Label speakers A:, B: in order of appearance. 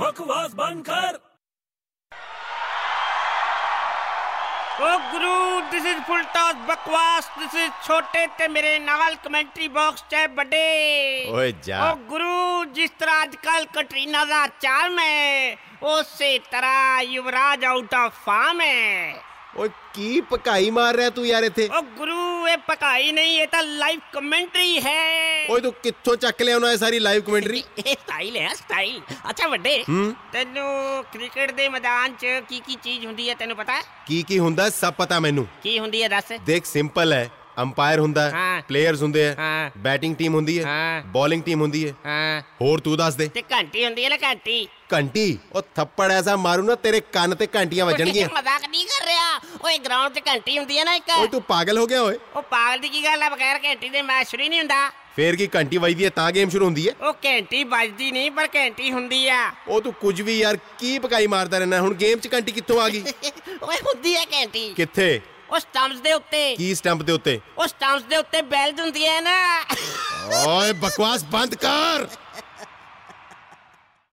A: बकवास बंद कर
B: ओ गुरु दिस इज फुल टॉस बकवास दिस इज छोटे ते मेरे नाल कमेंट्री बॉक्स चाहे बड़े
C: ਓਏ ਜਾ
B: ओ गुरु जिस तरह आजकल कटरीना दा चार्म है उसे तरह युवराज आउट ऑफ फार्म है
C: ਓਏ ਕੀ ਪਕਾਈ ਮਾਰ ਰਿਹਾ ਤੂੰ ਯਾਰ ਇੱਥੇ
B: ओ गुरु ये पकाई नहीं ये तो लाइव कमेंट्री है
C: ਓਏ ਤੂੰ ਕਿੱਥੋਂ ਚੱਕ ਲਿਆ ਉਹਨਾਂ ਇਹ ਸਾਰੀ ਲਾਈਵ ਕਮੈਂਟਰੀ
B: ਇਹ ਸਟਾਈਲ ਹੈ ਸਟਾਈਲ ਅੱਛਾ ਵੱਡੇ
C: ਹੂੰ
B: ਤੈਨੂੰ ਕ੍ਰਿਕਟ ਦੇ ਮੈਦਾਨ 'ਚ ਕੀ ਕੀ ਚੀਜ਼ ਹੁੰਦੀ ਹੈ ਤੈਨੂੰ ਪਤਾ ਹੈ?
C: ਕੀ ਕੀ ਹੁੰਦਾ ਹੈ, ਸਭ ਪਤਾ ਮੈਨੂੰ
B: ਕੀ ਹੁੰਦੀ ਹੈ ਦੱਸ
C: ਦੇਖ ਸਿੰਪਲ ਹੈ ਅੰਪਾਇਰ ਹੁੰਦਾ
B: ਹਾਂ।
C: ਹੈ ਪਲੇਅਰਸ ਹੁੰਦੇ
B: ਹਾਂ।
C: ਹੈ ਬੈਟਿੰਗ ਟੀਮ ਹੁੰਦੀ
B: ਹਾਂ।
C: ਹੈ ਬੋਲਿੰਗ ਟੀਮ ਹੁੰਦੀ ਹੈ
B: ਹਾਂ
C: ਹੋਰ ਤੂੰ ਦੱਸ ਦੇ
B: ਤੇ ਘੰਟੀ ਹੁੰਦੀ ਹੈ ਨਾ ਘੰਟੀ
C: ਘੰਟੀ ਉਹ ਥੱਪੜ ਐਸਾ ਮਾਰੂ ਨਾ ਤੇਰੇ ਕੰਨ ਤੇ ਘੰਟੀਆਂ ਵੱਜਣਗੀਆਂ
B: ਮਜ਼ਾਕ ਨਹੀਂ ਕਰ ਰਿਹਾ ਓਏ ਗਰਾਊਂਡ 'ਚ ਘੰਟੀ ਹੁੰਦੀ ਹੈ ਨਾ ਇੱਕ
C: ਓਏ ਤੂੰ ਪਾਗਲ ਹੋ ਗਿਆ ਓਏ
B: ਉਹ ਪਾਗਲ ਦੀ ਕੀ ਗੱਲ ਆ ਬਗੈਰ ਘੰਟੀ ਦੇ ਮੈਚ ਸ਼ੁਰੂ ਹੀ ਨਹੀਂ ਹੁੰਦਾ
C: ਫੇਰ ਕੀ ਘੰਟੀ ਵੱਜਦੀ ਹੈ ਤਾਂ ਗੇਮ ਸ਼ੁਰੂ ਹੁੰਦੀ ਹੈ
B: ਉਹ ਘੰਟੀ ਵੱਜਦੀ ਨਹੀਂ ਪਰ ਘੰਟੀ ਹੁੰਦੀ ਆ
C: ਉਹ ਤੂੰ ਕੁਝ ਵੀ ਯਾਰ ਕੀ ਪਕਾਈ ਮਾਰਦਾ ਰਹਿਣਾ ਹੁਣ ਗੇਮ 'ਚ ਘੰਟੀ ਕਿੱਥੋਂ ਆ ਗਈ
B: ਓਏ ਹੁੰਦੀ ਹੈ ਘੰਟੀ
C: ਕਿੱਥੇ
B: ਉਹ ਸਟੰਪਸ ਦੇ ਉੱਤੇ
C: ਕੀ ਸਟੈਂਪ ਦੇ ਉੱਤੇ
B: ਉਹ ਸਟੰਪਸ ਦੇ ਉੱਤੇ ਬੈਲ ਹੁੰਦੀ ਹੈ ਨਾ
C: ਓਏ ਬਕਵਾਸ ਬੰਦ ਕਰ